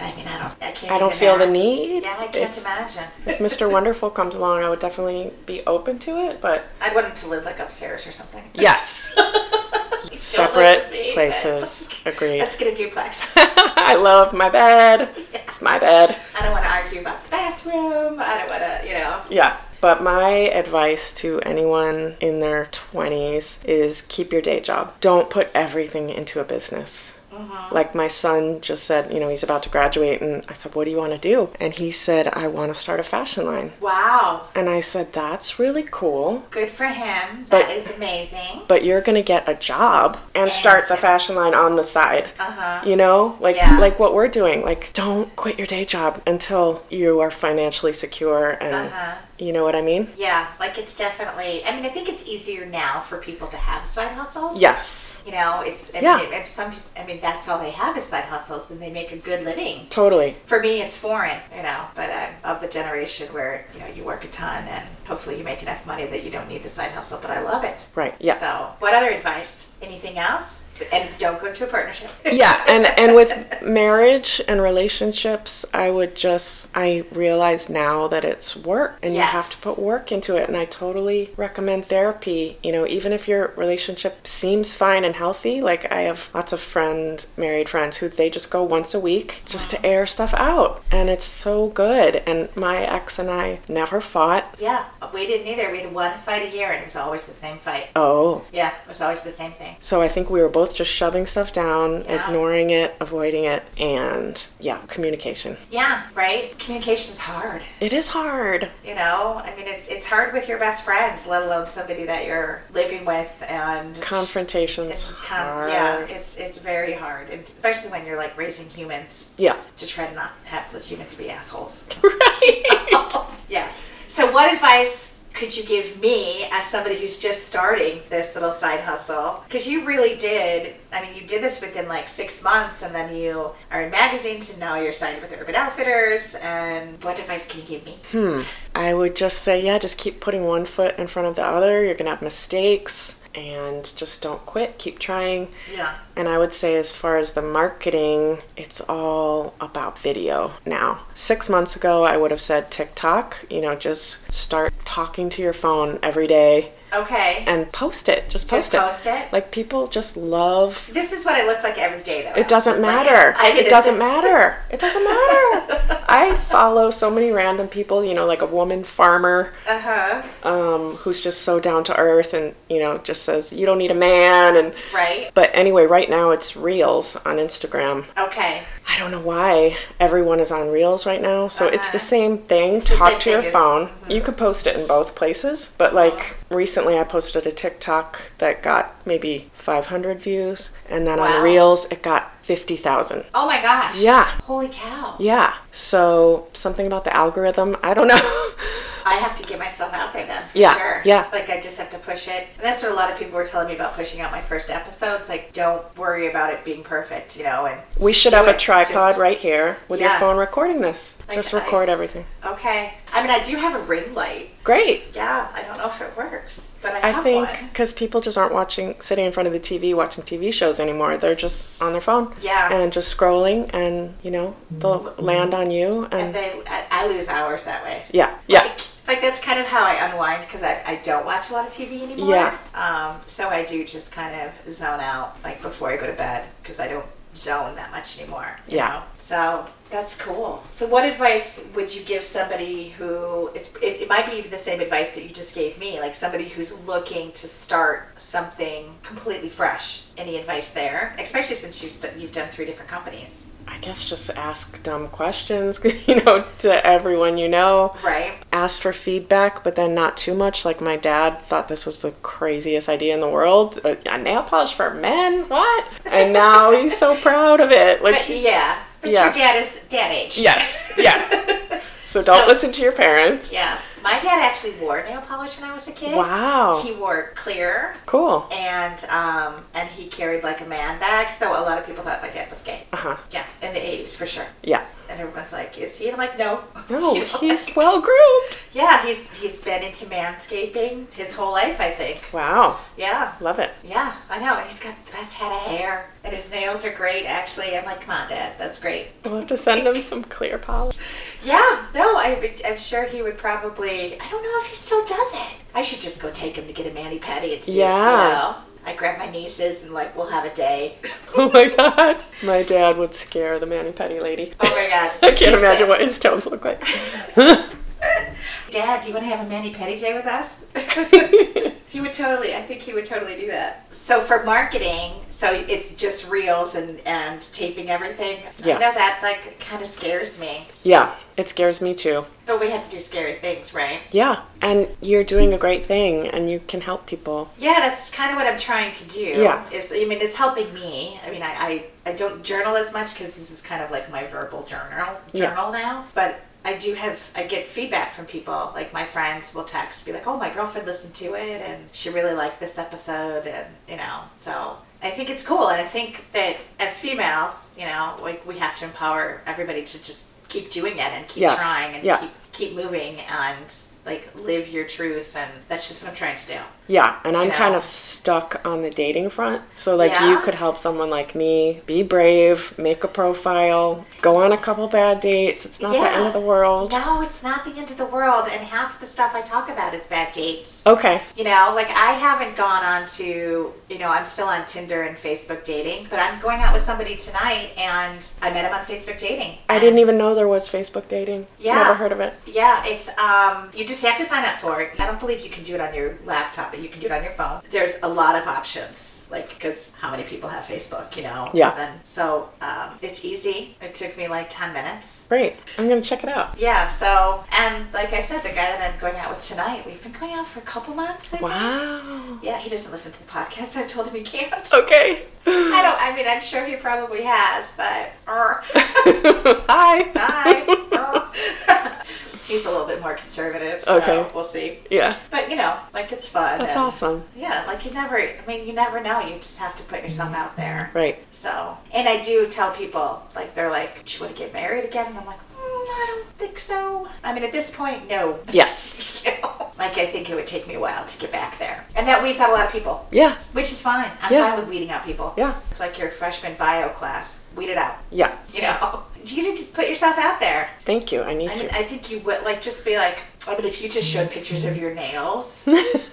Speaker 1: I, I mean, I don't, I can't.
Speaker 2: I don't
Speaker 1: even
Speaker 2: feel the
Speaker 1: ima-
Speaker 2: need.
Speaker 1: Yeah, I can't
Speaker 2: If-
Speaker 1: imagine.
Speaker 2: if Mr. Wonderful comes along, I would definitely be open to it, but
Speaker 1: I'd want him to live like upstairs or something.
Speaker 2: yes.
Speaker 1: Don't
Speaker 2: Separate
Speaker 1: live with me, but-
Speaker 2: places. Agreed.
Speaker 1: Let's get a duplex.
Speaker 2: I love my bed. It's my bed.
Speaker 1: I don't want to argue about the bathroom. I don't want to, you know.
Speaker 2: Yeah. But my advice to anyone in their 20s is keep your day job. Don't put everything into a business.
Speaker 1: Mm-hmm.
Speaker 2: Like my son just said, you know, he's about to graduate, and I said, What do you want to do? And he said, I want to start a fashion line.
Speaker 1: Wow.
Speaker 2: And I said, That's really cool.
Speaker 1: Good for him.
Speaker 2: But-
Speaker 1: that is amazing.
Speaker 2: but you're gonna get a job and start the fashion line on the side.
Speaker 1: Uh-huh.
Speaker 2: You know, like
Speaker 1: Yeah.
Speaker 2: like what we're doing. Like, don't quit your day job until you are financially secure and
Speaker 1: Uh-huh.
Speaker 2: you know what I mean.
Speaker 1: Yeah, like it's definitely. I mean, I think it's easier now for people to have side hustles.
Speaker 2: Yes,
Speaker 1: You know, it's. I
Speaker 2: Yeah.
Speaker 1: Mean, if some, peop- I mean, that's all they have is side hustles, then they make a good living.
Speaker 2: totally.
Speaker 1: For me, it's foreign, you know, but I'm of the generation where you know you work a ton and hopefully you make enough money that you don't need the side hustle. But I love it.
Speaker 2: Right, yeah.
Speaker 1: So, what other advice? Anything else? And don't go to a partnership.
Speaker 2: yeah and and with marriage and relationships i would just i realize now that it's work and you have to
Speaker 1: Yes.
Speaker 2: put work into it and i totally recommend therapy you know even if your relationship seems fine and healthy like i have lots of friend married friends who they just go once a week just to air stuff out and it's so good and my ex and i never fought
Speaker 1: yeah, we didn't either. We had one fight a year, and it was always the same fight.
Speaker 2: oh
Speaker 1: Yeah, it was always the same thing.
Speaker 2: so i think we were both just shoving stuff down
Speaker 1: Yeah.
Speaker 2: ignoring it avoiding it and yeah communication
Speaker 1: Yeah, right. Communication's hard.
Speaker 2: it is hard
Speaker 1: You know, I mean, it's it's hard with your best friends, let alone somebody that you're living with, and
Speaker 2: confrontations
Speaker 1: and con-
Speaker 2: hard.
Speaker 1: yeah, it's it's very hard, and especially when you're like raising humans
Speaker 2: yeah
Speaker 1: to try to not have the humans be assholes.
Speaker 2: right
Speaker 1: Yes. So, what advice could you give me as somebody who's just starting this little side hustle? Because you really did. I mean, you did this within like six months, and then you are in magazines, and now you're signed with Urban Outfitters. And what advice can you give me?
Speaker 2: i would just say yeah just keep putting one foot in front of the other you're gonna have mistakes and just don't quit keep trying
Speaker 1: Yeah.
Speaker 2: and i would say as far as the marketing it's all about video now six months ago i would have said tiktok you know just start talking to your phone every day
Speaker 1: Okay.
Speaker 2: and post it just
Speaker 1: Just
Speaker 2: post
Speaker 1: post
Speaker 2: it
Speaker 1: it?
Speaker 2: like people just love
Speaker 1: This is what I look like every day, though.
Speaker 2: It doesn't
Speaker 1: Like,
Speaker 2: matter.
Speaker 1: I mean,
Speaker 2: it doesn't matter. It doesn't matter. I follow so many random people, you know, like a woman farmer
Speaker 1: Uh huh.
Speaker 2: um, who's just so down to earth and, you know, just says, you don't need a man. And,
Speaker 1: Right.
Speaker 2: but anyway, right now it's Reels on Instagram.
Speaker 1: Okay.
Speaker 2: I don't know why everyone is on Reels right now. So it's the same thing.
Speaker 1: Uh-huh. the
Speaker 2: Talk
Speaker 1: same
Speaker 2: to your
Speaker 1: thing Mm-hmm. Uh-huh. as-
Speaker 2: phone. You could post it in both places. But like recently, I posted a TikTok that got maybe 500 views, and then
Speaker 1: Wow.
Speaker 2: on Reels, it got 50,000.
Speaker 1: Oh my gosh.
Speaker 2: Yeah.
Speaker 1: Holy cow.
Speaker 2: Yeah. So something about the algorithm. I don't know.
Speaker 1: I have to get myself out there then. For
Speaker 2: Yeah,
Speaker 1: Sure.
Speaker 2: yeah.
Speaker 1: Like I just have to push it. And that's what a lot of people were telling me about pushing out my first episodes. Like, don't worry about it being perfect, you know. And
Speaker 2: we should
Speaker 1: do
Speaker 2: have a
Speaker 1: it.
Speaker 2: tripod
Speaker 1: Just-
Speaker 2: right here with
Speaker 1: Yeah.
Speaker 2: your phone recording this.
Speaker 1: Like,
Speaker 2: Just
Speaker 1: I-
Speaker 2: record everything.
Speaker 1: Okay. I mean, I do have a ring light.
Speaker 2: Great.
Speaker 1: Yeah. I don't know if it works, but I
Speaker 2: I
Speaker 1: have
Speaker 2: think
Speaker 1: one.
Speaker 2: because people just aren't watching, sitting in front of the TV watching TV shows anymore. They're just on their phone.
Speaker 1: Yeah. Mm-hmm.
Speaker 2: And just scrolling, and you know, they'll land on you.
Speaker 1: And
Speaker 2: And
Speaker 1: they, I, I lose hours that way.
Speaker 2: yeah, yeah.
Speaker 1: Like, like that's kind of how I unwind because I, I don't watch a lot of TV anymore.
Speaker 2: Yeah.
Speaker 1: Um, so I do just kind of zone out like before I go to bed because I don't zone that much anymore. you
Speaker 2: Yeah.
Speaker 1: know? So that's cool. So what advice would you give somebody who it's it, it might be the same advice that you just gave me, like somebody who's looking to start something completely fresh. Any advice there? Especially since you've st- you've done three different companies,
Speaker 2: I guess just ask dumb questions, you know, to everyone you know.
Speaker 1: right?
Speaker 2: Ask for feedback, but then not too much. Like my dad thought this was the craziest idea in the world. Uh, A, a nail polish for men? What? And now he's so proud of it. Like
Speaker 1: But
Speaker 2: he's,
Speaker 1: yeah. But
Speaker 2: yeah.
Speaker 1: your dad is dad age.
Speaker 2: Yes. Yeah. So don't
Speaker 1: So-
Speaker 2: listen to your parents.
Speaker 1: Yeah. My dad actually wore nail polish when I was a kid.
Speaker 2: Wow.
Speaker 1: He wore clear
Speaker 2: Cool.
Speaker 1: and um and he carried like a man bag, so a lot of people thought my dad was gay.
Speaker 2: Uh-huh.
Speaker 1: Yeah, in the eighties for sure.
Speaker 2: Yeah.
Speaker 1: And everyone's like, Is he? And I'm like, No.
Speaker 2: No,
Speaker 1: You know,
Speaker 2: he's
Speaker 1: like-
Speaker 2: well groomed.
Speaker 1: Yeah, he's he's been into manscaping his whole life, I think.
Speaker 2: Wow.
Speaker 1: Yeah.
Speaker 2: Love it.
Speaker 1: Yeah, I know. And he's got the best head of hair. And his nails are great actually. I'm like, Come on, Dad, that's great.
Speaker 2: We'll have to send him some clear polish.
Speaker 1: Yeah, no, I, would- I'm sure he would probably. I don't know if he still does it. I should just go take him to get a mani pedi and see.
Speaker 2: Yeah.
Speaker 1: You know? I grab my nieces and like we'll have a day.
Speaker 2: Oh my god. My dad would scare the mani pedi lady.
Speaker 1: Oh my God.
Speaker 2: I can't imagine what his toes look like.
Speaker 1: Dad, do you want to have a mani pedi day with us? he would totally. I think he would totally do that. So for marketing, so it's just reels and and taping everything.
Speaker 2: Yeah.
Speaker 1: I know that like kind of scares me,
Speaker 2: yeah, it scares me too.
Speaker 1: but we have to do scary things, right?
Speaker 2: Yeah, and you're doing a great thing and you can help people.
Speaker 1: Yeah, that's kind of what I'm trying to do.
Speaker 2: Yeah.
Speaker 1: Is, I mean, it's helping me. I mean, I, I, I don't journal as much because this is kind of like my verbal journal
Speaker 2: Yeah.
Speaker 1: journal now. But I do have, I get feedback from people. Like my friends will text, be like, oh, my girlfriend listened to it and she really liked this episode. And, you know, so I think it's cool. And I think that as females, you know, like we have to empower everybody to just keep doing it and keep
Speaker 2: Yes.
Speaker 1: trying and
Speaker 2: Yeah.
Speaker 1: keep, keep moving and like live your truth. And that's just what I'm trying to do.
Speaker 2: Yeah, and I'm
Speaker 1: Yeah.
Speaker 2: kind of stuck on the dating front. So, like, you
Speaker 1: Yeah.
Speaker 2: could help someone like me be brave, make a profile, go on a couple bad dates. It's not the
Speaker 1: Yeah.
Speaker 2: end of the world.
Speaker 1: No, it's not the end of the world, and half the stuff I talk about is bad dates.
Speaker 2: Okay.
Speaker 1: You know, like I haven't gone on to, you know, I'm still on Tinder and Facebook dating, but I'm going out with somebody tonight and I met him on Facebook dating.
Speaker 2: I didn't e- even know there was Facebook dating.
Speaker 1: Yeah.
Speaker 2: Never heard of it.
Speaker 1: Yeah, it's um you just have to sign up for it. I don't believe you can do it on your laptop, but you can do it on your phone. There's a lot of options, like because how many people have Facebook, you know?
Speaker 2: Yeah.
Speaker 1: And then- so um, it's easy. It took me like ten minutes.
Speaker 2: Great. I'm going to check it out.
Speaker 1: Yeah, so, and like I said, the guy that I'm going out with tonight, we've been going out for a couple months. I think.
Speaker 2: Wow.
Speaker 1: Yeah, he doesn't listen to the podcast. I've told him he can't.
Speaker 2: Okay.
Speaker 1: I don't, I mean, I'm sure he probably has, but. er,
Speaker 2: Hi.
Speaker 1: hi. er. He's a little bit more conservative, so
Speaker 2: Okay.
Speaker 1: we'll see.
Speaker 2: Yeah.
Speaker 1: But, you know, like it's fun.
Speaker 2: That's
Speaker 1: and-
Speaker 2: awesome.
Speaker 1: Yeah, like you never, I mean, you never know. You just have to put yourself
Speaker 2: Mm-hmm.
Speaker 1: out there.
Speaker 2: Right.
Speaker 1: So, and I do tell people, like, they're like, do you want to get married again? And I'm like, mm, I don't think so. I mean, at this point, no.
Speaker 2: Yes.
Speaker 1: like, I think it would take me a while to get back there. And that weeds out a lot of people,
Speaker 2: Yeah.
Speaker 1: which is fine. I'm
Speaker 2: Yeah.
Speaker 1: fine with weeding out people.
Speaker 2: Yeah.
Speaker 1: It's like your freshman bio class. Weed it out,
Speaker 2: Yeah.
Speaker 1: you know? You need to put yourself out there.
Speaker 2: Thank you. I need
Speaker 1: I
Speaker 2: you.
Speaker 1: mean, I think you would, like, just be like, I mean, if you just showed pictures of your nails,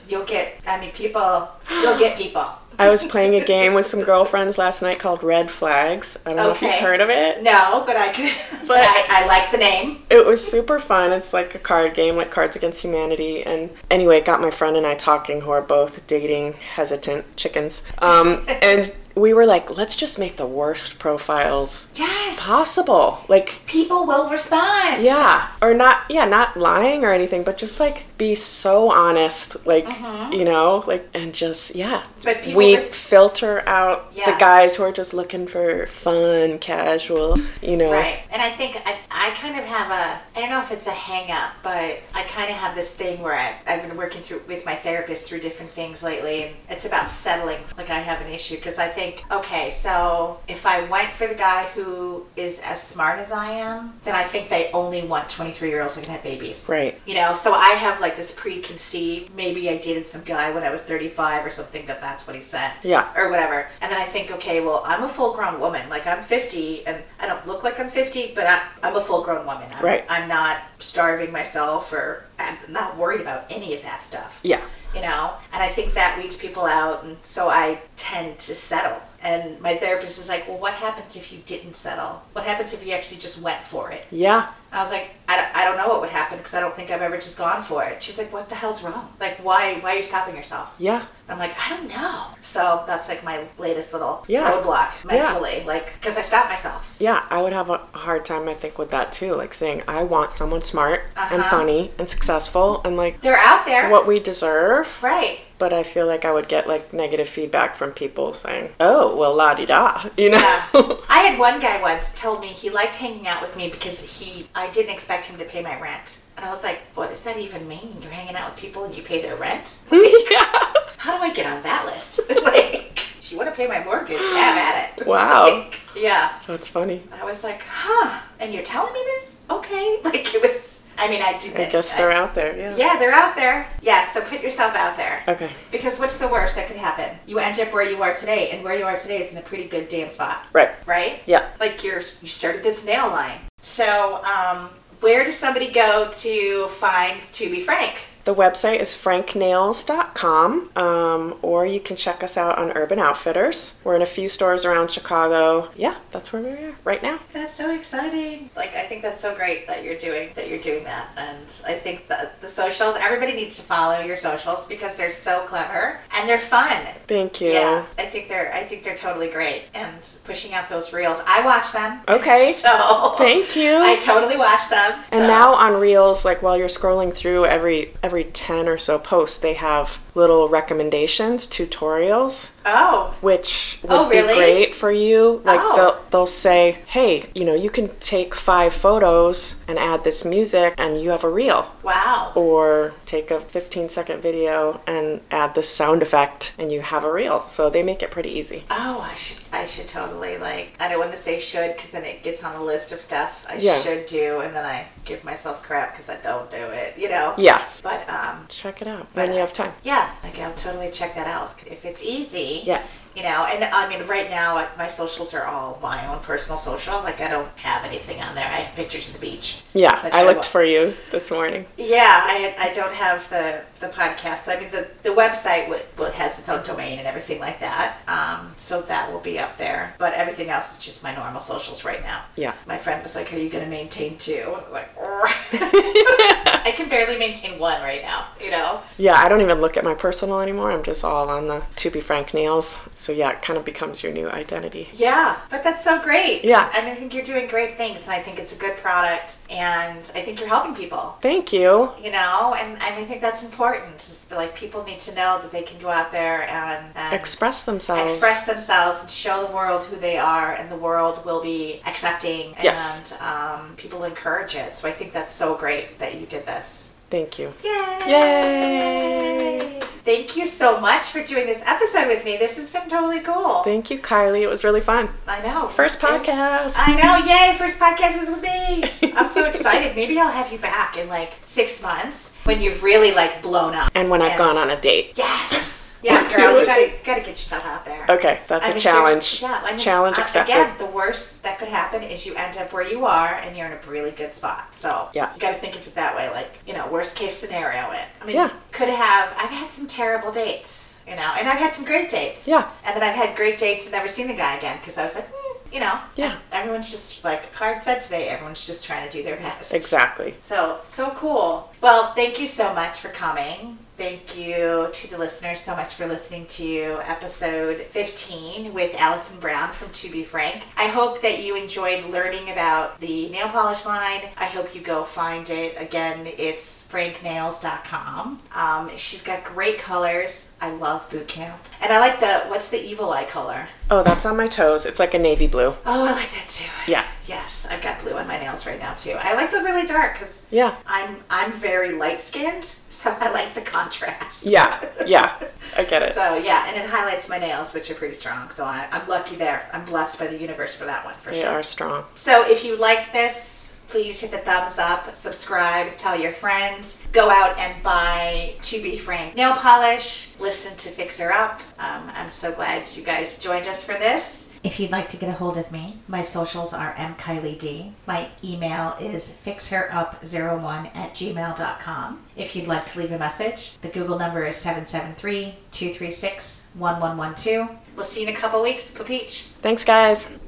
Speaker 1: you'll get, I mean, people, you'll get people.
Speaker 2: I was playing a game with some girlfriends last night called Red Flags. I don't know if you've
Speaker 1: Okay.
Speaker 2: heard of it.
Speaker 1: No, but I could, but
Speaker 2: But-
Speaker 1: I, I like the name.
Speaker 2: It was super fun. It's like a card game, like Cards Against Humanity. And anyway, it got my friend and I talking, who are both dating hesitant chickens. Um, and we were like, let's just make the worst profiles
Speaker 1: Yes.
Speaker 2: possible. Like,
Speaker 1: People will respond.
Speaker 2: yeah, or not, yeah, not lying or anything, but just like be so honest, like, you know, like, and just, yeah.
Speaker 1: Mm-hmm. But people
Speaker 2: we
Speaker 1: res-
Speaker 2: filter out the
Speaker 1: Yes.
Speaker 2: guys who are just looking for fun, casual, you know.
Speaker 1: Right. And I think I, I kind of have a, I don't know if it's a hang up, but I kind of have this thing where I, I've been working through with my therapist through different things lately. And it's about settling. Like I have an issue because I think, okay, so if I went for the guy who is as smart as I am, then I think they only want 23 year olds that can have babies.
Speaker 2: Right.
Speaker 1: You know, so I have like this preconceived, maybe I dated some guy when I was 35 or something that that's what he said.
Speaker 2: Yeah.
Speaker 1: Or whatever. And then I think, okay, well, I'm a full grown woman. Like, I'm 50 and I don't look like I'm 50, but I, I'm a full grown woman. I'm,
Speaker 2: Right.
Speaker 1: I'm not starving myself or I'm not worried about any of that stuff.
Speaker 2: Yeah.
Speaker 1: You know? And I think that weeds people out. And so I tend to settle. And my therapist is like, well, what happens if you didn't settle? What happens if you actually just went for it?
Speaker 2: Yeah.
Speaker 1: I was like, I don't, I don't know what would happen because I don't think I've ever just gone for it. She's like, what the hell's wrong? Like, why, why are you stopping yourself?
Speaker 2: Yeah.
Speaker 1: I'm like, I don't know. So that's like my latest little
Speaker 2: Yeah.
Speaker 1: roadblock
Speaker 2: Yeah.
Speaker 1: mentally, like because I stopped myself.
Speaker 2: Yeah, I would have a hard time, I think, with that too. Like saying, I want someone smart and
Speaker 1: Uh-huh.
Speaker 2: funny and successful and like
Speaker 1: They're out there,
Speaker 2: what we deserve.
Speaker 1: right?
Speaker 2: But I feel like I would get like negative feedback from people saying, oh, well, la di da, you know?
Speaker 1: Yeah. I had one guy once told me he liked hanging out with me because he I didn't expect him to pay my rent, and I was like, what does that even mean? You're hanging out with people and you pay their rent?
Speaker 2: Yeah.
Speaker 1: How do I get on that list? like, if you want to pay my mortgage, have at it.
Speaker 2: Wow.
Speaker 1: Like, yeah.
Speaker 2: That's funny.
Speaker 1: I was like, huh? And you're telling me this? Okay. Like it was. I mean, I do.
Speaker 2: I guess they're out there. Yeah.
Speaker 1: Yeah, they're out there. Yeah, so put yourself out there.
Speaker 2: Okay.
Speaker 1: Because what's the worst that could happen? You end up where you are today, and where you are today is in a pretty good damn spot,
Speaker 2: Right.
Speaker 1: right?
Speaker 2: Yeah.
Speaker 1: Like you're you started this nail line. So, um, where does somebody go to find to be frank?
Speaker 2: The website is franknails.com, um, or you can check us out on Urban Outfitters. We're in a few stores around Chicago. Yeah, that's where we are right now.
Speaker 1: That's so exciting. Like I think that's so great that you're doing that you're doing that. And I think that the socials, everybody needs to follow your socials because they're so clever and they're fun.
Speaker 2: Thank you.
Speaker 1: Yeah, I think they're I think they're totally great and pushing out those reels. I watch them.
Speaker 2: Okay.
Speaker 1: So
Speaker 2: Thank you.
Speaker 1: I totally watch them.
Speaker 2: And
Speaker 1: so.
Speaker 2: now on Reels, like while you're scrolling through every every ten or so posts, they have little recommendations, tutorials,
Speaker 1: Oh.
Speaker 2: which would
Speaker 1: Oh, really?
Speaker 2: be great for you. Like
Speaker 1: Oh.
Speaker 2: they'll they'll say, hey, you know, you can take five photos and add this music, and you have a reel.
Speaker 1: Wow.
Speaker 2: Or take a 15 second video and add this sound effect, and you have a reel. So they make it pretty easy.
Speaker 1: Oh, I should I should totally like I don't want to say should because then it gets on the list of stuff I
Speaker 2: Yeah.
Speaker 1: should do and then I give myself crap because I don't do it. You know.
Speaker 2: Yeah,
Speaker 1: But um.
Speaker 2: check it out when you have time.
Speaker 1: Yeah, like I'll totally check that out if it's easy.
Speaker 2: Yes.
Speaker 1: You know, and I mean, right now like, my socials are all my own personal social. Like I don't have anything on there. I have pictures of the beach.
Speaker 2: Yeah,
Speaker 1: So
Speaker 2: I
Speaker 1: try
Speaker 2: looked
Speaker 1: to-
Speaker 2: for you this morning.
Speaker 1: Yeah, I, I don't have the, the podcast. I mean, the, the website would, would, has its own domain and everything like that. Um, so that will be up there. But everything else is just my normal socials right now.
Speaker 2: Yeah.
Speaker 1: My friend was like, Are you going to maintain two? And I'm like, I can barely maintain one right now, you know?
Speaker 2: Yeah, I don't even look at my personal anymore. I'm just all on the to be frank nails. So yeah, it kind of becomes your new identity.
Speaker 1: Yeah, but that's so great.
Speaker 2: Yeah.
Speaker 1: And I think you're doing great things. And I think it's a good product. And I think you're helping people.
Speaker 2: Thank you.
Speaker 1: you know and, and i think that's important is that, like people need to know that they can go out there and, and
Speaker 2: Express themselves.
Speaker 1: express themselves and show the world who they are and the world will be accepting and
Speaker 2: Yes.
Speaker 1: um, people encourage it so i think that's so great that you did this
Speaker 2: Thank you.
Speaker 1: yay
Speaker 2: Yay!
Speaker 1: thank you so much for doing this episode with me this has been totally cool
Speaker 2: Thank you, Kylie. It was really fun.
Speaker 1: i know
Speaker 2: First
Speaker 1: It's-
Speaker 2: podcast.
Speaker 1: I know, yay, first podcast is with me. I'm so excited. Maybe I'll have you back in like six months when you've really like blown up.
Speaker 2: And when I've
Speaker 1: Yeah.
Speaker 2: gone on a date.
Speaker 1: Yes. Yeah, girl, you gotta gotta get yourself out there.
Speaker 2: Okay, that's
Speaker 1: I
Speaker 2: a
Speaker 1: mean,
Speaker 2: challenge.
Speaker 1: seriously, Yeah, I mean,
Speaker 2: challenge
Speaker 1: uh,
Speaker 2: accepted.
Speaker 1: Again, the worst that could happen is you end up where you are and you're in a really good spot. So
Speaker 2: Yeah.
Speaker 1: you got to think of it that way. Like you know, worst case scenario. It. I mean,
Speaker 2: Yeah.
Speaker 1: could have. I've had some terrible dates, you know, and I've had some great dates.
Speaker 2: Yeah.
Speaker 1: And then I've had great dates and never seen the guy again because I was like, mm, you know,
Speaker 2: Yeah.
Speaker 1: Everyone's just like Card said today. Everyone's just trying to do their best.
Speaker 2: Exactly.
Speaker 1: So, so cool. Well, thank you so much for coming. Thank you to the listeners so much for listening to episode 15 with Allison Brown from To Be Frank. I hope that you enjoyed learning about the nail polish line. I hope you go find it. Again, it's franknails.com. Um, she's got great colors. I love boot camp. And I like the, what's the evil eye color?
Speaker 2: Oh, that's on my toes. It's like a navy blue.
Speaker 1: Oh, I like that too.
Speaker 2: Yeah.
Speaker 1: Yes, I've got blue on my nails right now too. I like them really dark because
Speaker 2: Yeah.
Speaker 1: I'm I'm very light skinned, so I like the contrast.
Speaker 2: Yeah. Yeah. I get it.
Speaker 1: So yeah, and it highlights my nails, which are pretty strong. So I, I'm lucky there. I'm blessed by the universe for that one for
Speaker 2: They
Speaker 1: sure.
Speaker 2: are strong.
Speaker 1: So if you like this, please hit the thumbs up, subscribe, tell your friends, go out and buy To Be Frank nail polish, listen to Fix Her Up. Um, I'm so glad you guys joined us for this. If you'd like to get a hold of me, my socials are mkylied. My email is fixherup01 at gmail.com. If you'd like to leave a message, the Google number is 773 236 1112. We'll see you in a couple weeks. Papeach.
Speaker 2: Thanks, guys.